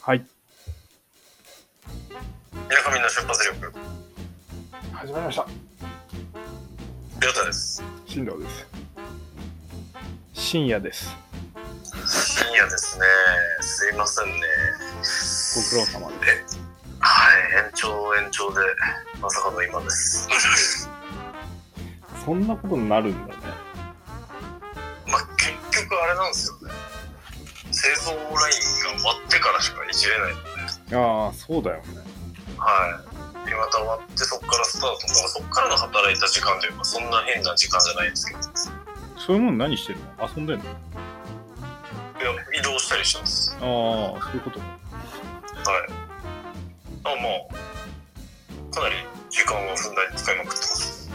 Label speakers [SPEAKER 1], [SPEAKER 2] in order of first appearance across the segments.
[SPEAKER 1] はい。
[SPEAKER 2] ゆうこみんの出発力、
[SPEAKER 1] 始まりました。
[SPEAKER 2] りょうたです。
[SPEAKER 1] 進藤です。深夜です。
[SPEAKER 2] 深夜ですね。すいませんね。
[SPEAKER 1] ご苦労様です。
[SPEAKER 2] はい、延長延長で、まさかの今です。
[SPEAKER 1] そんなことになるんだね。
[SPEAKER 2] まあ、結局あれなんですよね。製造ラインが終わってからしかいじれない。
[SPEAKER 1] ああ、そうだよね。
[SPEAKER 2] はい。で、また終わって、そこからスタート。まあそこからの働いた時間というか、そんな変な時間じゃないんですけど。
[SPEAKER 1] そういうもの何してるの遊んでんの
[SPEAKER 2] いや、移動したりしてます。
[SPEAKER 1] ああ、そういうこと。
[SPEAKER 2] はい。あ、まあ、かなり時間をふんだんに使いまくってます。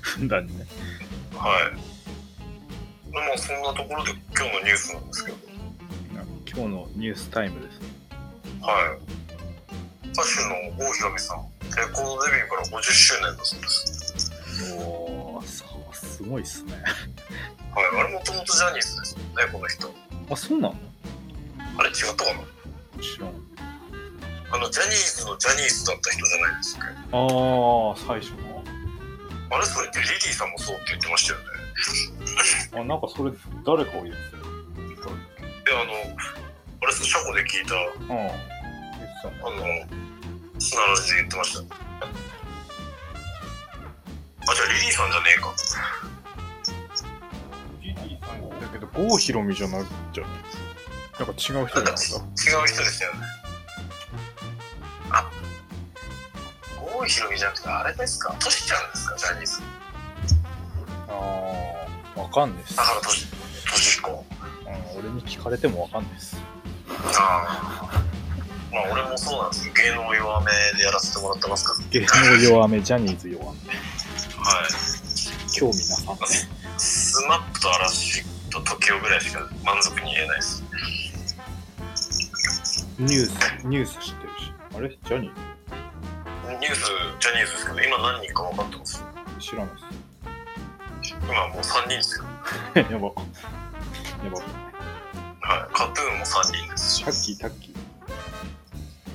[SPEAKER 1] ふんだんにね。
[SPEAKER 2] はい。まあ、そんなところで今日のニュースなんですけど、
[SPEAKER 1] 今日のニュースタイムです。
[SPEAKER 2] はい。歌手の郷ひろみさん、レコードデビューから50周年だそうです。
[SPEAKER 1] おお、そう、すごいっすね。
[SPEAKER 2] はい。あれもともとジャニーズですもんね、この人。
[SPEAKER 1] あ、そうなのも
[SPEAKER 2] あれ違ったかな
[SPEAKER 1] ちろん。
[SPEAKER 2] あの、ジャニーズのジャニーズだった人じゃないですか。
[SPEAKER 1] ああ、最初の。
[SPEAKER 2] あれそれってリリーさんもそうって言ってましたよね。
[SPEAKER 1] あ、なんかそれ、誰かを言ってたよ。
[SPEAKER 2] で、あの、あれ、車庫で聞いた、
[SPEAKER 1] うん。言ってたね
[SPEAKER 2] あの、砂ラジで言ってましたよ。あ、じゃあリリーさんじゃねえか。
[SPEAKER 1] だけど、郷ひろみじゃないじゃん。なんか違う人なんだ。
[SPEAKER 2] 違う人ですよね。あ、郷ひろみじゃなくてあれですか、トシちゃんですか、ジャニーズ。
[SPEAKER 1] ああ、わかんないっす
[SPEAKER 2] だ。からトシ、トシ彦。
[SPEAKER 1] うん、俺に聞かれてもわかんないっす。
[SPEAKER 2] ああ。まあ俺もそうなんですけど、芸能弱めでやらせてもらってますから。
[SPEAKER 1] 芸能弱め、ジャニーズ弱め。
[SPEAKER 2] はい。
[SPEAKER 1] 興味なさんね。
[SPEAKER 2] スマップと嵐と時をぐらいしか満足に言えないです。
[SPEAKER 1] ニュース、ニュース知ってるし。あれジャニー
[SPEAKER 2] ニュース、ジャニーズですけど、今何人か分かってます。
[SPEAKER 1] ズ知らないっす。
[SPEAKER 2] 今もう3人ですよ。
[SPEAKER 1] やば。やば。
[SPEAKER 2] はい。カトゥーンも3人ですし
[SPEAKER 1] タ。ッキー、タッキー。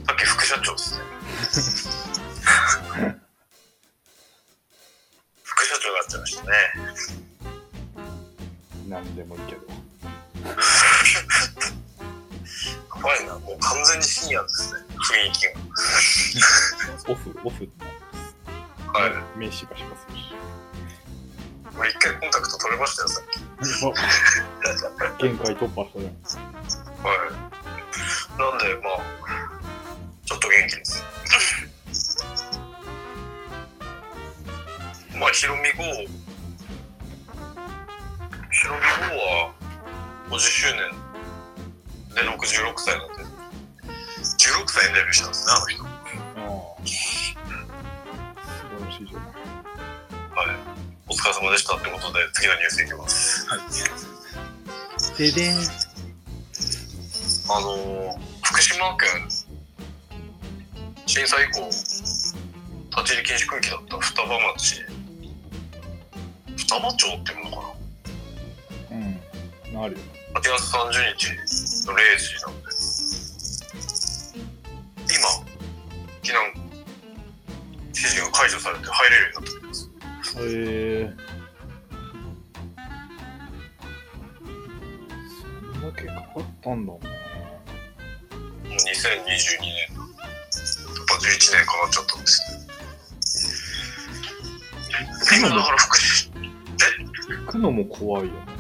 [SPEAKER 2] さっき副社長ですね。副社長になっちゃいましたね。
[SPEAKER 1] なんでもいいけど。
[SPEAKER 2] やばいな、もう完全に深夜ですね、雰囲気
[SPEAKER 1] オフ、オフって
[SPEAKER 2] が。はい。
[SPEAKER 1] 名詞がしまする
[SPEAKER 2] 俺一回コンタクト取れましたよ、さっき。
[SPEAKER 1] し。やば限界突破したじゃん。
[SPEAKER 2] はい。なんで、まあ、ちょっと元気です。まあ、ヒロミ号、ヒロミ号は50周年で66歳なんで、16歳にデビューしたんですね、あの人。
[SPEAKER 1] ああ。素晴らしいじゃない。
[SPEAKER 2] はい。お疲れ様でしたってことで、次のニュースいきます。
[SPEAKER 1] ででん。
[SPEAKER 2] あのー福島県、震災以降、立ち入り禁止区域だった双葉町、双葉町っていうのか
[SPEAKER 1] うん。なるよ。
[SPEAKER 2] な ?8 月30日の0時なんで、今、避難指示が解除されて入れるようになってるんです。
[SPEAKER 1] へえそんだけかかったんだね。
[SPEAKER 2] もう2022年、やっぱ11年かかっちゃったんですね。今だから福島
[SPEAKER 1] 行くのも怖いよね、もは
[SPEAKER 2] う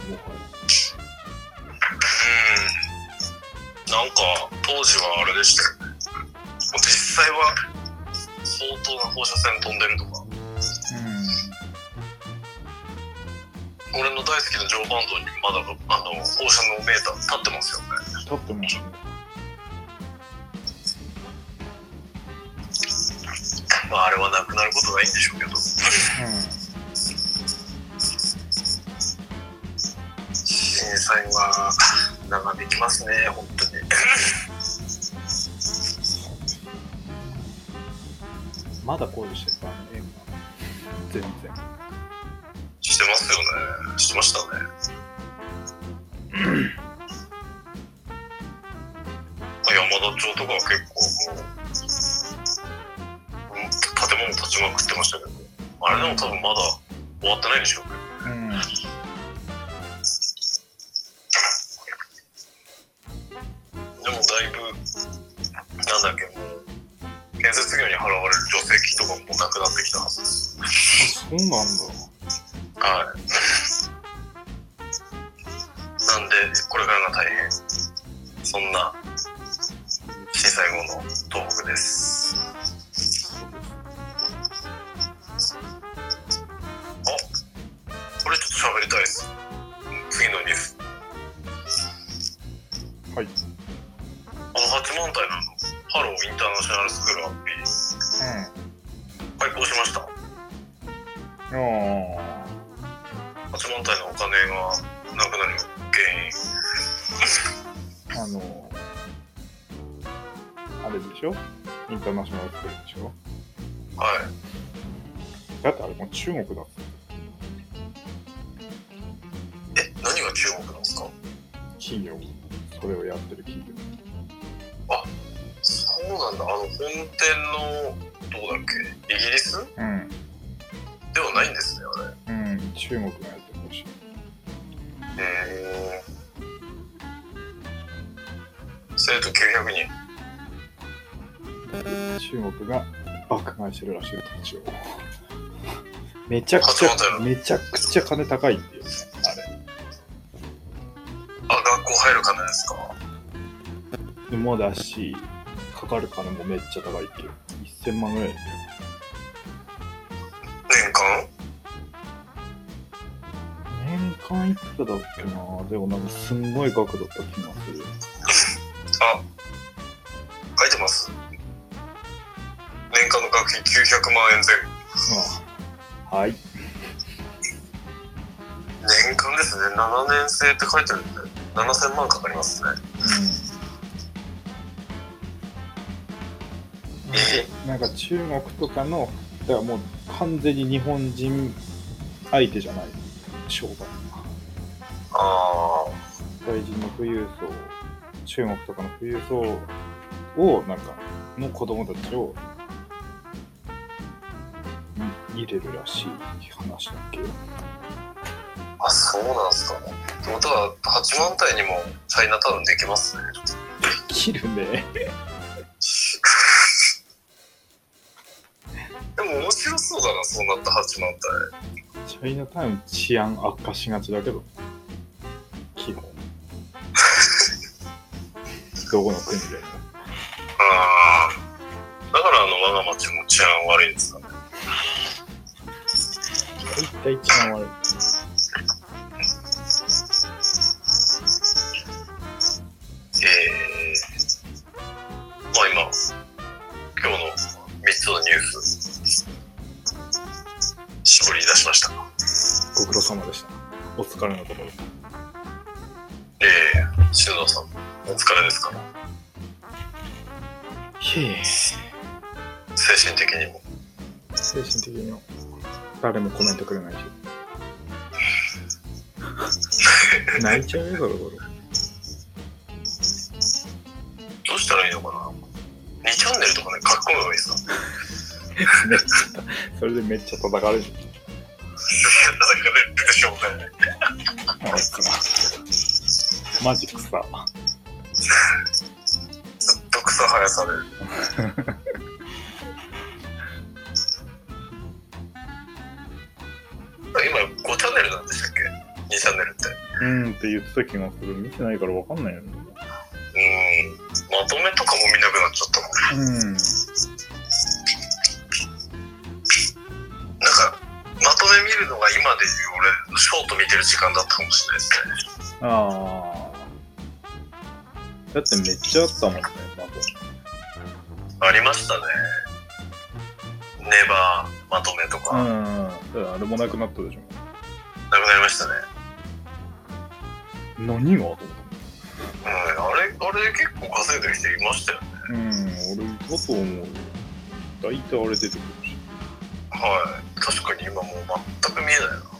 [SPEAKER 2] んなんか当時はあれでしたよね実際は相当な放射線飛んでるとか
[SPEAKER 1] や。
[SPEAKER 2] 俺の大好きな常磐道にまだあの放射能メーター立ってますよね
[SPEAKER 1] うん。立ってもね。
[SPEAKER 2] まああれはなくなることないんでしょうけど震災は長引きますね本当に
[SPEAKER 1] うん。まだ恋してるからね、今。全然。
[SPEAKER 2] してますよねしてましたねまあ山和田町とかは結構もう、うん建物立ちまくってましたけど、あれでも多分まだ終わってないでしょうけ
[SPEAKER 1] う
[SPEAKER 2] ど。
[SPEAKER 1] ん。
[SPEAKER 2] でもだいぶ、なんだっけ、もう、建設業に払われる助成金とかもなくなってきたはずです。
[SPEAKER 1] そうなんだ。
[SPEAKER 2] はい。なんで、これからが大変。そんな、震災後の東北です。あこれちょっと喋りたいです。次のニュース。
[SPEAKER 1] はい。
[SPEAKER 2] あの、八幡平のハローインターナショナルスクールハッピー、開校しました。
[SPEAKER 1] うん。ああ。
[SPEAKER 2] 八幡平のお金がなくなる原因
[SPEAKER 1] あの、あれでしょインターナショナルスクールでしょ
[SPEAKER 2] はい
[SPEAKER 1] だってあれもう中国だ。
[SPEAKER 2] え何が中国なんですか
[SPEAKER 1] 企業。それをやってる企業。
[SPEAKER 2] そうなんだあの本店のどこだっけイギリス
[SPEAKER 1] うん。
[SPEAKER 2] ではないんですねあれ
[SPEAKER 1] うん。中国がやってるらしい。
[SPEAKER 2] へえ生徒900人
[SPEAKER 1] 中国が爆買いしてるらしいよ土地を。めちゃくちゃ
[SPEAKER 2] あそうなん、だ
[SPEAKER 1] めちゃくちゃ金高いっていうね、あ
[SPEAKER 2] あ学校入る金ですか
[SPEAKER 1] れ。でもだし、かかる金もめっちゃ高いっていう。1000万ぐらいだよ。
[SPEAKER 2] 年間
[SPEAKER 1] 年間いくらだっけなでもなんかすんごい額だった気がする。
[SPEAKER 2] あ書いてます年間の学費900万円前後
[SPEAKER 1] ああはい。
[SPEAKER 2] 年間ですね7年生って書いてるんで7000万かかりますね
[SPEAKER 1] うん。なんか中国とかの、だからもう完全に日本人相手じゃない商売。
[SPEAKER 2] ああ
[SPEAKER 1] 外人の富裕層、中国とかの富裕層を、なんか、の子供たちを、に入れるらしい話だっけ
[SPEAKER 2] あ、そうなんですかね。ってことは、八万体にもチャイナタウンできますね。
[SPEAKER 1] 切るね。
[SPEAKER 2] でも面白そうだな、そうなった八万体。
[SPEAKER 1] チャイナタウン治安悪化しがちだけど、 基本。どこの国でも。
[SPEAKER 2] ああ。だからあの我が町も治安悪いんですかね。
[SPEAKER 1] 大体一番悪い。
[SPEAKER 2] ええまあ今、今日の3つのニュース、絞り出しました。
[SPEAKER 1] ご苦労様でした。お疲れのところ。
[SPEAKER 2] ええ修造さん、お疲れですか
[SPEAKER 1] いえいえ
[SPEAKER 2] 精神的にも。
[SPEAKER 1] 精神的には誰もコメントくれ ないし。泣いちゃうよ、ゴロゴロ。
[SPEAKER 2] どうしたらいいのかな ?2 チャンネルとかね、書き込めばいいですか
[SPEAKER 1] めっちゃ、それでめっちゃ叩かれる。
[SPEAKER 2] 変なだけで出てしょうがない。
[SPEAKER 1] マジくさ。
[SPEAKER 2] ずっと草生や される。今5チャンネルなんでしたっけ ?2 チャンネルって。
[SPEAKER 1] うんって言ってた気がする。見てないからわかんないよね。
[SPEAKER 2] うん。まとめとかも見なくなっちゃったもん。
[SPEAKER 1] うん。
[SPEAKER 2] なんか、まとめ見るのが今で言う俺、ショート見てる時間だったかもしれないですね。
[SPEAKER 1] ああ。だってめっちゃあったもんね、なんか。
[SPEAKER 2] ありましたね。ネバーまとめとか、な
[SPEAKER 1] うん。あれもなくなったでしょ。
[SPEAKER 2] くなりましたね。
[SPEAKER 1] 何がと思った
[SPEAKER 2] うん。あれ、あれ結構稼いでる人いましたよね。
[SPEAKER 1] うん、俺だと思うよ。大体あれ出てくるし。
[SPEAKER 2] はい。確かに今もう全く見えないな。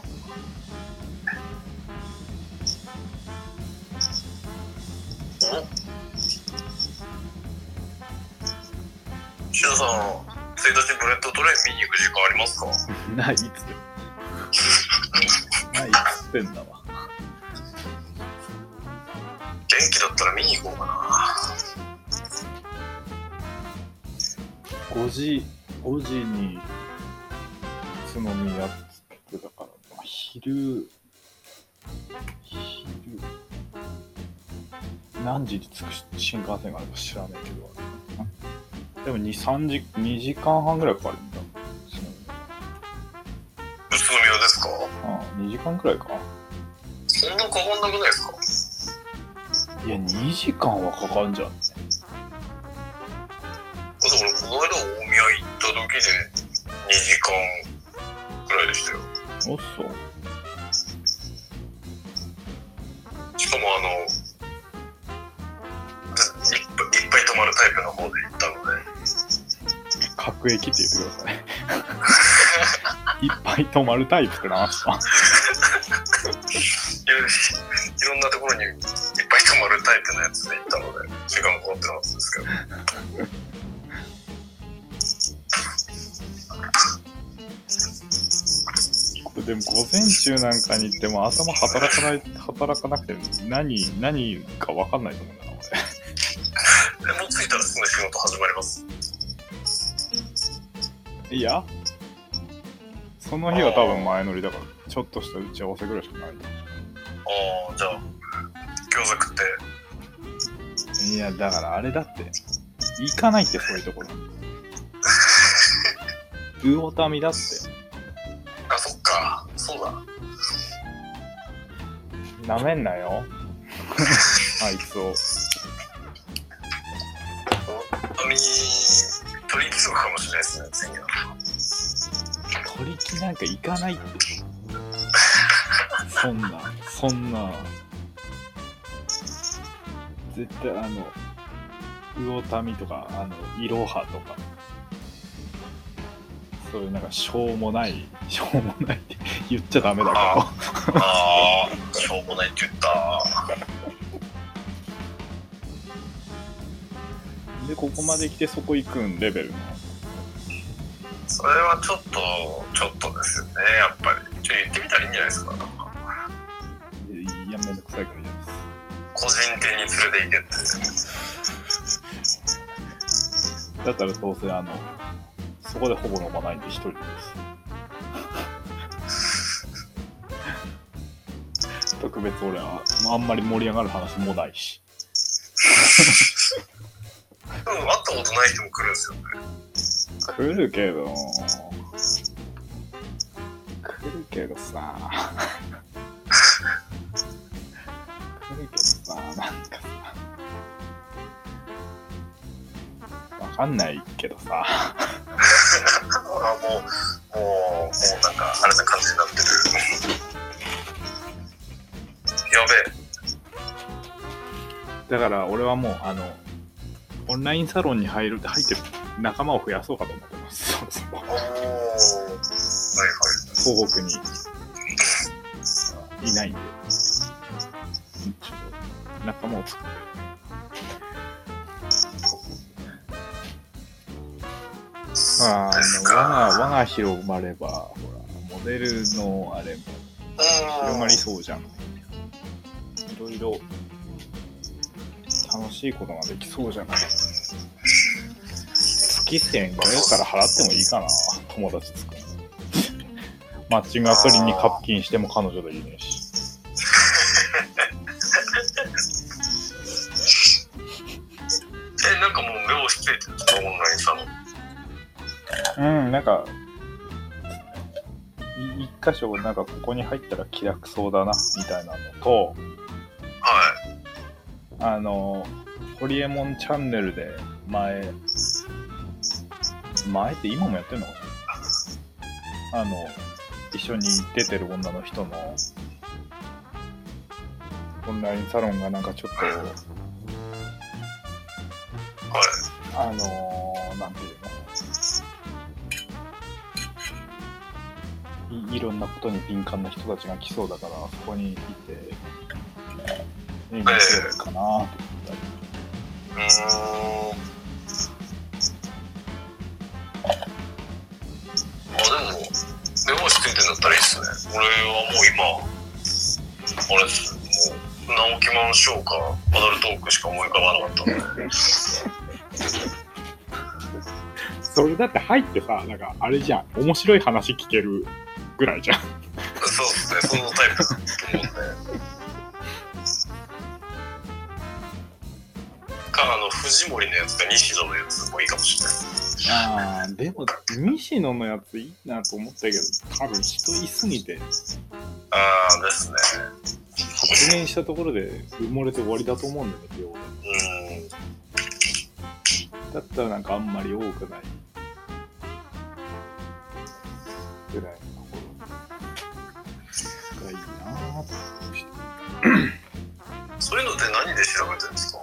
[SPEAKER 2] お見に行く時間ありますか
[SPEAKER 1] ないっつって。 ないっつってんだわ。
[SPEAKER 2] 元気だったら見に行こうかな
[SPEAKER 1] 5時、5時に津宮っつってたから、まあ昼、昼、何時に着く新幹線があるか知らないけど、でも2、3時、2時間半ぐらいかかるんだ。津
[SPEAKER 2] 宇都宮ですか
[SPEAKER 1] 宮ああ、2時間くらいか。
[SPEAKER 2] そんな変わんなくないですか
[SPEAKER 1] いや、2時間はかかんじゃん。
[SPEAKER 2] だからこの間大宮行った時で2時間くらいでしたよ
[SPEAKER 1] おっそう。
[SPEAKER 2] しかもあのずいっぱいいっぱい泊まるタイプの方で行ったので
[SPEAKER 1] 各駅って言ってくださ い。いっぱい泊まるタイプってなんすか
[SPEAKER 2] いろいろいろんなところにいっぱい泊まるタイプのやつで行ったので時間がかかってなかったですけど
[SPEAKER 1] でも午前中なんかに行っても頭働かない働かなくて何何か分かんないと思うんだな俺
[SPEAKER 2] でもう着いたらすぐ仕事始まります
[SPEAKER 1] いやその日は多分前乗りだからちょっとした打ち合わせぐらいしかない
[SPEAKER 2] ああじゃあ餃子食って
[SPEAKER 1] いやだからあれだって行かないってそういうところ魚民だって
[SPEAKER 2] あそっかそうだ
[SPEAKER 1] なめんなよあいつを
[SPEAKER 2] 網取り不足かもしれないですね次は
[SPEAKER 1] 取り木なんか行かないってそんなそんな絶対あの魚民とかあのイロハとかそういうなんかしょうもない しょうもないって言っちゃダメだ
[SPEAKER 2] あ
[SPEAKER 1] け
[SPEAKER 2] ああしょうもないって言った
[SPEAKER 1] どでここまで来てそこ行くんレベルの
[SPEAKER 2] それはちょっとちょっとですよねやっぱりちょっと言ってみたらいいんじゃないですか
[SPEAKER 1] いやめんどくさいから嫌です
[SPEAKER 2] 個人店に連れて行けって
[SPEAKER 1] だったらどうせあのそこでほぼ飲まないんで一人 です特別俺はあんまり盛り上がる話もないし
[SPEAKER 2] でも会ったことない人も来るんですよ ね
[SPEAKER 1] 来るけど来るけどさ来るけどさなんかさわかんないけどさ
[SPEAKER 2] あもうもうもうなんかあれな感じになってるやべ
[SPEAKER 1] だ
[SPEAKER 2] え
[SPEAKER 1] から俺はもうあのオンラインサロンに入る入ってる仲間を増やそうかと思ってますそもそも
[SPEAKER 2] おおはい
[SPEAKER 1] 東北にいないんでちょっと仲間を作るあ
[SPEAKER 2] はいです
[SPEAKER 1] の
[SPEAKER 2] か
[SPEAKER 1] 輪が輪が広まればほらモデルのあれも広
[SPEAKER 2] うん
[SPEAKER 1] まりそうじゃんいろいろ楽しいことができそうじゃない月1500円から払ってもいいかな友達作るのマッチングアプリに課金しても彼女できねえし
[SPEAKER 2] えなんかもう目を引きついてるんですかオンラインサロン
[SPEAKER 1] うんなんかい一箇所なんかここに入ったら気楽そうだなみたいなのと
[SPEAKER 2] はい
[SPEAKER 1] あの、ホリエモンチャンネルで前、前って今もやってるのかなあの、一緒に出てる女の人の、オンラインサロンがなんかちょっ
[SPEAKER 2] はい
[SPEAKER 1] と、あのー、なんていうのいいろんなことに敏感な人たちが来そうだから、そこにいて、営業するかなって思ったり。
[SPEAKER 2] うーん俺はもう今、あれです、もう、直木マンショーか、アダルトークしか思い浮かばなかったんで。
[SPEAKER 1] それだって入ってさ、なんかあれじゃん、面白い話聞けるぐらいじゃん。
[SPEAKER 2] そうですね、そのタイプだと思うんで。か、あの、藤森のやつか西野のやつもいいかもしれないです。
[SPEAKER 1] ああ、でも、西野のやついいなと思ったけど、多分人いすぎて、
[SPEAKER 2] ああ、ですね。
[SPEAKER 1] 発言したところで埋もれて終わりだと思うんだけど、
[SPEAKER 2] うん。
[SPEAKER 1] だったらなんかあんまり多くない。ぐらいのところがいいなぁと思って。
[SPEAKER 2] そういうのって何で調べてるんですか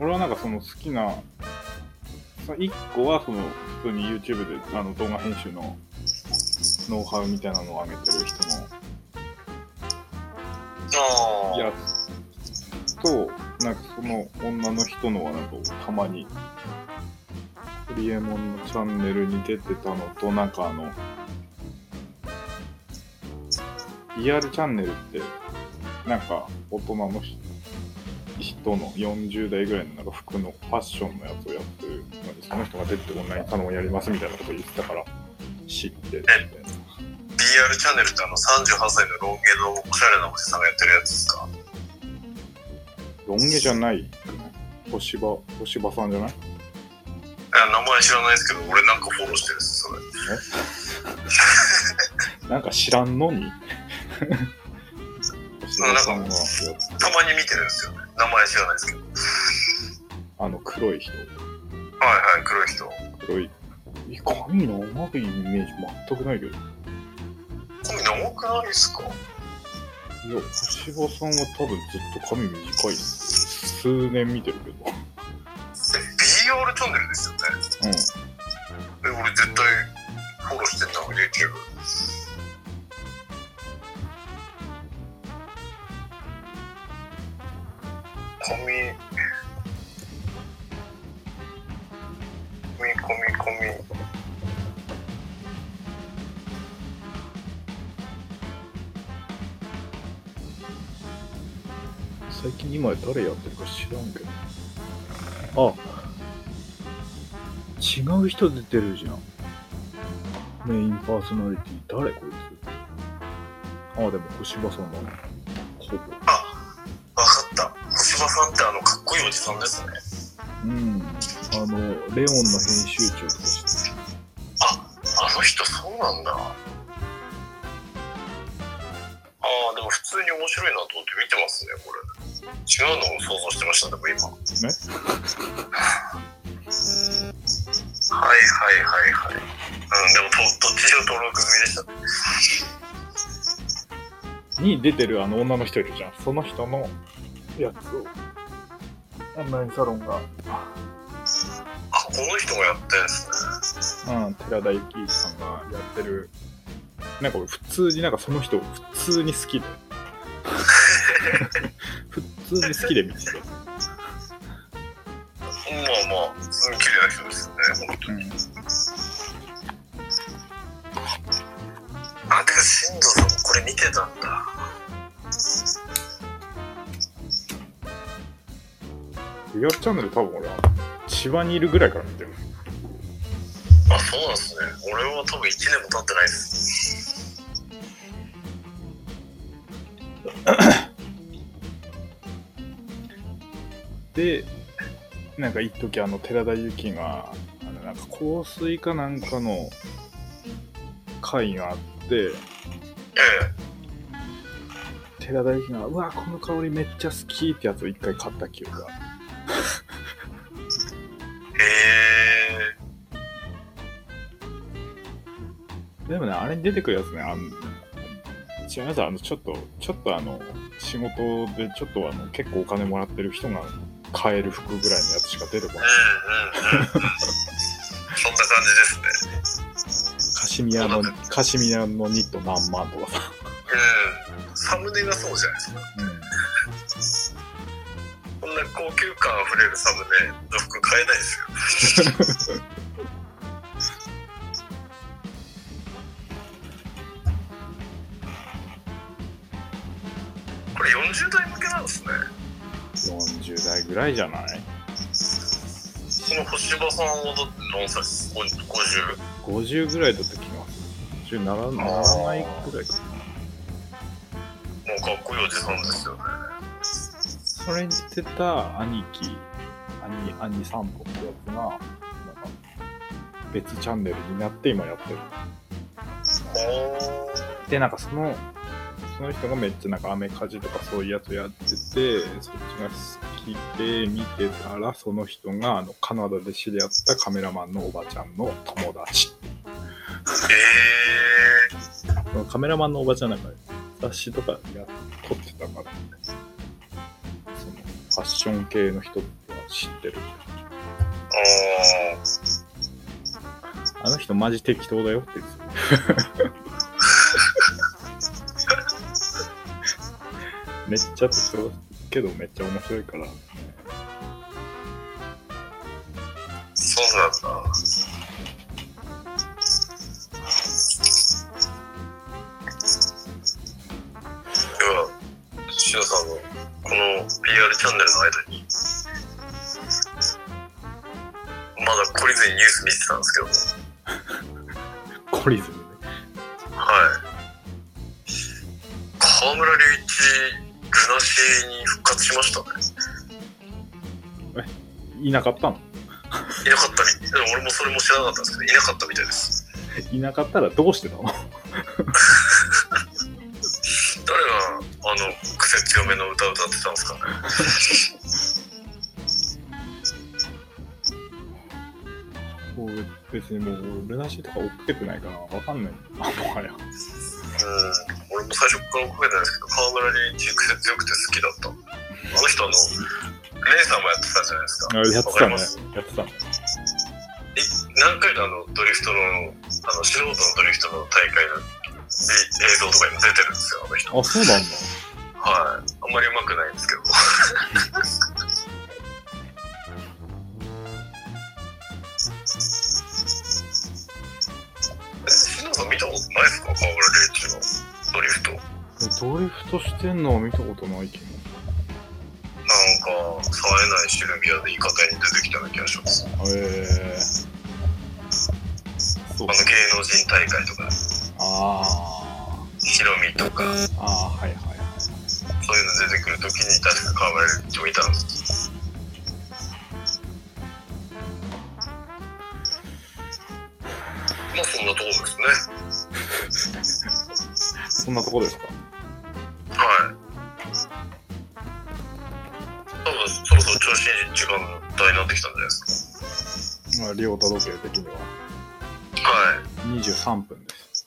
[SPEAKER 1] 俺はなんかその好きな、その1個はその普通に YouTube であの動画編集のノウハウみたいなのを上げてる人
[SPEAKER 2] あ
[SPEAKER 1] の
[SPEAKER 2] あ。
[SPEAKER 1] やつと、なんかその女の人のはなんかたまに、ホリエモンのチャンネルに出てたのと、なんかあの、ER チャンネルって、なんか大人の人人の40代ぐらいのなんか服のファッションのやつをやってるのにその人が出てオンラインサロンをやりますみたいなこと言ってたから知ってて
[SPEAKER 2] BR チャンネルってあの38歳のロン毛のおしゃれなおじさんがやってるやつですか
[SPEAKER 1] ロン毛じゃない星葉星葉さんじゃない
[SPEAKER 2] いや名前知らないですけど俺なんかフォローしてるんですそれ
[SPEAKER 1] なんか知らんの に星葉さんのやつ
[SPEAKER 2] たまに見てるんですよね名前知らないですけど
[SPEAKER 1] あの黒い人
[SPEAKER 2] はいはい黒い人
[SPEAKER 1] 黒いえ髪の長いイメージ全くないけどい
[SPEAKER 2] 髪長くないですか
[SPEAKER 1] や星葉さんは多分ずっと髪短いっす数年見てるけど
[SPEAKER 2] え BR チャンネルですよね
[SPEAKER 1] うん
[SPEAKER 2] え俺絶対フォローしてんな YouTube 髪髪髪髪
[SPEAKER 1] 最近今誰やってるか知らんけどあ違う人出てるじゃんメインパーソナリティ誰こいつあでも星葉さんだねほぼ
[SPEAKER 2] わかった。星葉さんってあの、かっこいいおじさんです
[SPEAKER 1] う
[SPEAKER 2] ね。
[SPEAKER 1] んあのレオンの編集長とかしてる
[SPEAKER 2] あの人そうなんだ。ああ、でも普通に面白いなと思って見てますね、これ。違うのを想像してました、でも今。
[SPEAKER 1] ね
[SPEAKER 2] はいはいはいはい。うん、でもどどっちにも登録済みでした。
[SPEAKER 1] に出てるあの女の人いるじゃんその人のやつをオンラインサロンが
[SPEAKER 2] あ、この人がやってるんですね。
[SPEAKER 1] うん、寺田由紀さんがやってる、なんか俺、普通になんかその人、普通に好きで。普通に好きで見てて。
[SPEAKER 2] まあまあ、普通に綺麗な人ですよね、本当に。あ、てか、新藤さんもこれ見てたんだ。
[SPEAKER 1] リアルチャンネル多分俺は、千葉にいるぐらいから見てる。
[SPEAKER 2] あ、そうなんですね。俺は多分1年も経ってないです。
[SPEAKER 1] で、なんか一時あの、寺田由紀が、あのなんか香水かなんかの会があって、
[SPEAKER 2] ええ。
[SPEAKER 1] 寺田由紀が、うわ、この香りめっちゃ好きってやつを一回買った記憶がある
[SPEAKER 2] へえ。
[SPEAKER 1] でもね、あれに出てくるやつね、あの、違います、あの、ちょっと、ちょっとあの、仕事でちょっとあの、結構お金もらってる人が買える服ぐらいのやつしか出てこ
[SPEAKER 2] うん
[SPEAKER 1] ない。
[SPEAKER 2] うんうん。そんな感じですね。
[SPEAKER 1] カシミヤの、カシミヤのニット何万とかさ。
[SPEAKER 2] うん。サムネがそうじゃないですか。
[SPEAKER 1] う
[SPEAKER 2] こんな高級感あふれるサムネの服買えないですよ。 れ40代向けなんですね
[SPEAKER 1] 40代ぐらいじゃない
[SPEAKER 2] その星葉さんはだって何歳です50
[SPEAKER 1] ?50 ぐらいだった気がする。10ならならないぐらいか。
[SPEAKER 2] もうかっこいいおじさんですよね
[SPEAKER 1] それに出た兄貴、兄、兄さんぽってやつが、なんか別チャンネルになって今やってる。
[SPEAKER 2] お
[SPEAKER 1] で、なんかその、その人がめっちゃなんかアメカジとかそういうやつやってて、そっちが好きで見てたら、その人があのカナダで知り合ったカメラマンのおばちゃんの友達。
[SPEAKER 2] え
[SPEAKER 1] そのカメラマンのおばちゃんなんか雑誌とかや撮ってたから、そのファッション系の人ってのは知ってる。
[SPEAKER 2] ー、あー
[SPEAKER 1] あの人マジ適当だよって言ってためっちゃ適当だけどめっちゃ面白いから、
[SPEAKER 2] そうなんだではシノさんのこの PR チャンネルの間にまだ懲りずにニュース見てたんですけど
[SPEAKER 1] 懲りずにね。
[SPEAKER 2] はい。河村隆一、ルナシーに復活しましたね。
[SPEAKER 1] いなかったの
[SPEAKER 2] いなかったみ、でも俺もそれも知らなかったんですけど、いなかったみたいです。
[SPEAKER 1] いなかったらどうしてたの
[SPEAKER 2] 誰が、あの、癖強めの歌歌ってたんですかね。
[SPEAKER 1] もう 別にもうルナシーとか追ってくないからわかんない。あ、もはや。
[SPEAKER 2] うん。俺も最初から追っかけてないですけど、河村隆一、癖強くて好きだった。あの人、あの、レイさんもやってたじゃないですか。
[SPEAKER 1] あやって
[SPEAKER 2] わか
[SPEAKER 1] たね
[SPEAKER 2] ります。
[SPEAKER 1] やってたね。
[SPEAKER 2] え何回かあのドリフトの、あの、素人のドリフトの大会の映像とかにも出てるんですよ、あの人。
[SPEAKER 1] あ、そうなんだ。
[SPEAKER 2] はい。あんまり上手くないんです けど。え、篠田さん見たことないですか河村隆一のドリフト。なん
[SPEAKER 1] ドリフトしてんのは見たことないけど。
[SPEAKER 2] か、冴えないシルビアでイカ天に出てきたような気がします。あ
[SPEAKER 1] へえそう
[SPEAKER 2] の芸能人大会とか、
[SPEAKER 1] あ
[SPEAKER 2] ヒロミとか、
[SPEAKER 1] ーあー、はいはいはい。
[SPEAKER 2] そういうの出てくるときに確か河村隆一を見たんですまあそんなところですね。
[SPEAKER 1] そんなとこですか
[SPEAKER 2] はい。多分そろそろ調子いい時間帯になってきたんじゃないです
[SPEAKER 1] まあ、リオタ時計的には
[SPEAKER 2] か。はい。ふわ
[SPEAKER 1] 23分です。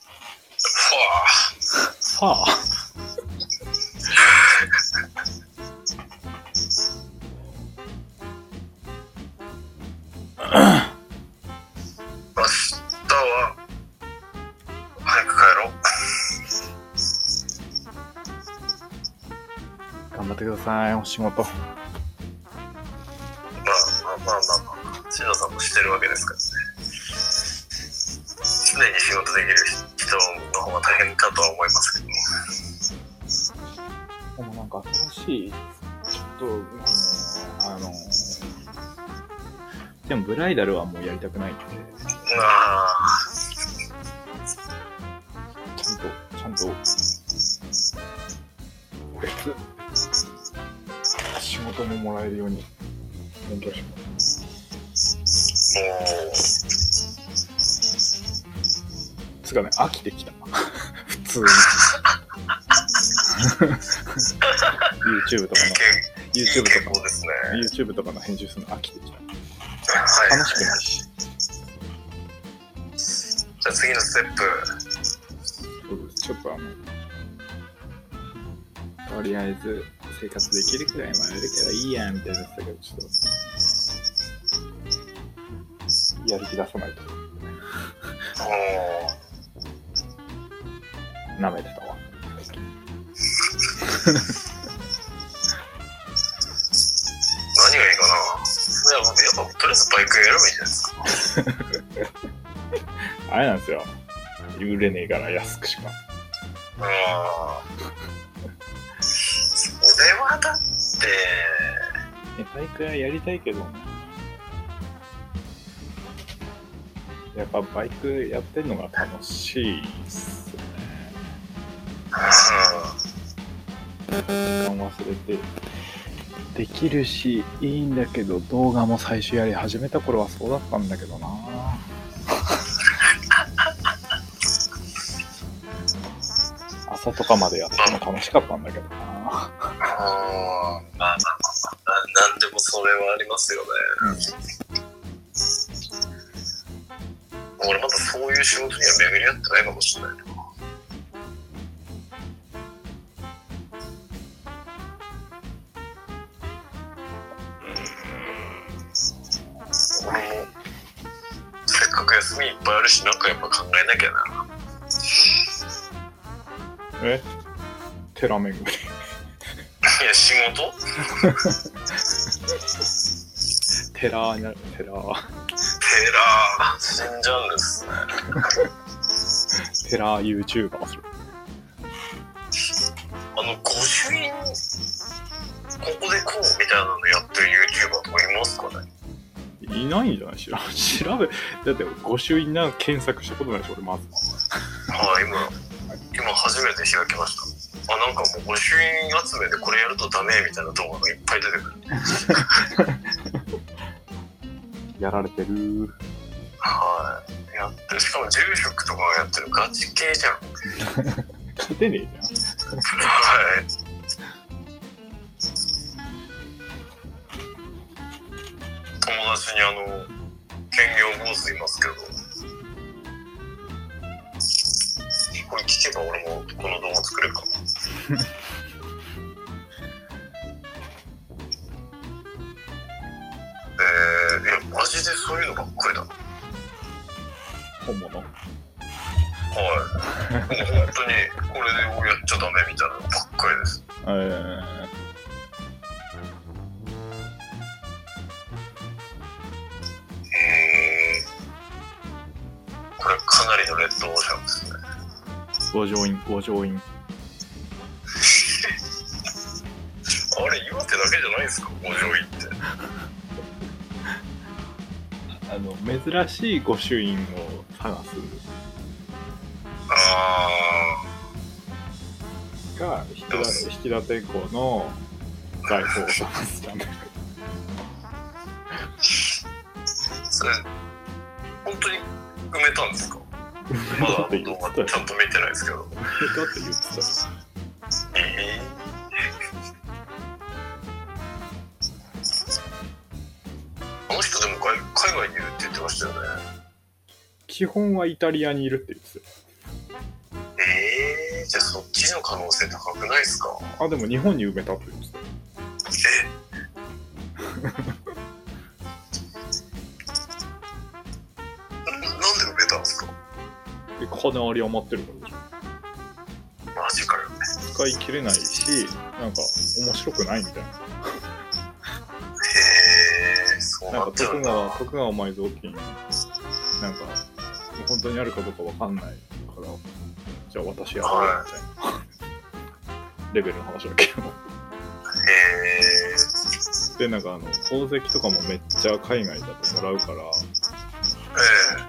[SPEAKER 1] さあ、
[SPEAKER 2] あ、明日は早く帰ろう。
[SPEAKER 1] 頑張ってください、お仕事。
[SPEAKER 2] まあまあまあまあまあ、シノさんもしてるわけですからね。常に仕事できる人の方が大変かとは思いますけど。
[SPEAKER 1] でもなんか新しい、ちょっと、あのー、あのーでもブライダルはもうやりたくないんで、
[SPEAKER 2] あ
[SPEAKER 1] ちゃんと、ちゃんと、別、仕事ももらえるように勉強します。
[SPEAKER 2] あ、もう、
[SPEAKER 1] つうかね、飽きてきた。 普通に。YouTube とか
[SPEAKER 2] いい
[SPEAKER 1] の、
[SPEAKER 2] 傾いい
[SPEAKER 1] YouTube
[SPEAKER 2] 傾
[SPEAKER 1] と
[SPEAKER 2] 向
[SPEAKER 1] か
[SPEAKER 2] ですね。
[SPEAKER 1] の、YouTube とかの編集するの飽きてき
[SPEAKER 2] は
[SPEAKER 1] た。
[SPEAKER 2] い
[SPEAKER 1] 楽しくないし。
[SPEAKER 2] じゃあ次のステップ。
[SPEAKER 1] ちょっとあの、とりあえず生活できるくらいまでやるからいいや、みたいなやつだけど、ちょっと、やる気出さないと。
[SPEAKER 2] もう
[SPEAKER 1] 舐めてたわ。
[SPEAKER 2] 何がいいかないや、僕やっぱとりあえずバイク選べばいいんじゃないですか。
[SPEAKER 1] あれなんですよ。売れねえから安くしか。
[SPEAKER 2] ああ。そはだって、
[SPEAKER 1] え体育はやりたいけどやっぱバイクやってるのが楽しいっすよね時間
[SPEAKER 2] う、
[SPEAKER 1] 忘れてできるしいいんだけど動画も最初やり始めた頃はそうだったんだけどな 朝とかまでやってたの楽しかったんだけどなん
[SPEAKER 2] まあまあまあまあ、なんでもそれはありますよね。俺まだそういう仕事には巡り合ってないかもしれないな。俺もせっかく休みいっぱいあるし、なんかやっぱ考えなきゃな。
[SPEAKER 1] えテラメグ
[SPEAKER 2] いや、仕事
[SPEAKER 1] テラーになるテラー
[SPEAKER 2] テラー、死んじゃうんですね。
[SPEAKER 1] テラー YouTuber する
[SPEAKER 2] あの、御朱印、ここでこうみたいなのやってる YouTuber とかいますかね
[SPEAKER 1] いないんじゃない知らん調べだって御朱印なんか検索したことないでしょ俺まず
[SPEAKER 2] はい、今、今初めて開きました。あ、なんかもう御朱印集めでこれやるとダメみたいな動画がいっぱい出てくる。
[SPEAKER 1] やられてる
[SPEAKER 2] はい。やってる。しかも住職とかがやってるガチ系じゃん。
[SPEAKER 1] 勝てねえじゃん
[SPEAKER 2] はい。友達にあの、兼業坊主いますけど、これ聞けば俺もこの動画作れるかな。えー、いや、マジでそういうのばっかりだな。
[SPEAKER 1] 本物
[SPEAKER 2] はい。もう本当に、これで俺やっちゃダメみたいなのばっかりです。
[SPEAKER 1] えー
[SPEAKER 2] えーこれかなりのレッドオーシャンですね。
[SPEAKER 1] ご乗員ご乗員
[SPEAKER 2] あれ、岩手だけじゃないですか、五条院って。はい。
[SPEAKER 1] あの珍しい御朱印を探
[SPEAKER 2] あ
[SPEAKER 1] すか引き立引き立て校の財宝を探すじゃない
[SPEAKER 2] ー、それ、本当に埋めたんですかまだ
[SPEAKER 1] だって言
[SPEAKER 2] 動
[SPEAKER 1] ってた
[SPEAKER 2] 画
[SPEAKER 1] よ
[SPEAKER 2] ちゃんと見てないですけど。
[SPEAKER 1] だって言ってたよ
[SPEAKER 2] えー、あの人でも海海外にいるって言ってましたよね。
[SPEAKER 1] 基本はイタリアにいるって言って
[SPEAKER 2] えー、じゃあそっちの可能性高くないですか
[SPEAKER 1] たよあでも日本に埋めたと言ってたよ
[SPEAKER 2] えなんで埋めたんですか
[SPEAKER 1] で金あり余ってるからでし
[SPEAKER 2] マジかよ。
[SPEAKER 1] ょ使い切れないしなんか面白くないみたいな
[SPEAKER 2] へえ、そう
[SPEAKER 1] な
[SPEAKER 2] なん
[SPEAKER 1] か
[SPEAKER 2] っちゃう
[SPEAKER 1] 徳
[SPEAKER 2] んだ。
[SPEAKER 1] 川徳川埋蔵金なんか本当にあるかどうかわかんないからじゃあ私やるわみたいなレベルの話だけど
[SPEAKER 2] へ
[SPEAKER 1] で
[SPEAKER 2] え、
[SPEAKER 1] なんかあの宝石とかもめっちゃ海外だともらうから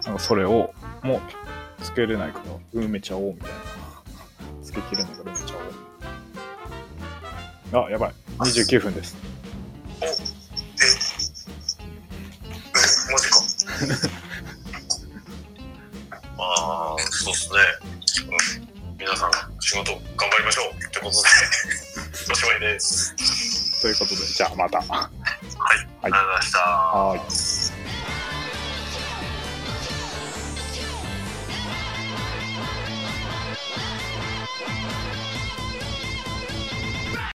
[SPEAKER 2] え
[SPEAKER 1] なんかそれをもうつけれないから埋めちゃおうみたいなつけきれないから埋めちゃおうあやばい29分です
[SPEAKER 2] え、うんマジか。 ああ、そうですね。うん皆さん、仕事頑張りましょうってことで、おしまいです。
[SPEAKER 1] ということでじゃあまた
[SPEAKER 2] ありがとうございました。
[SPEAKER 1] はい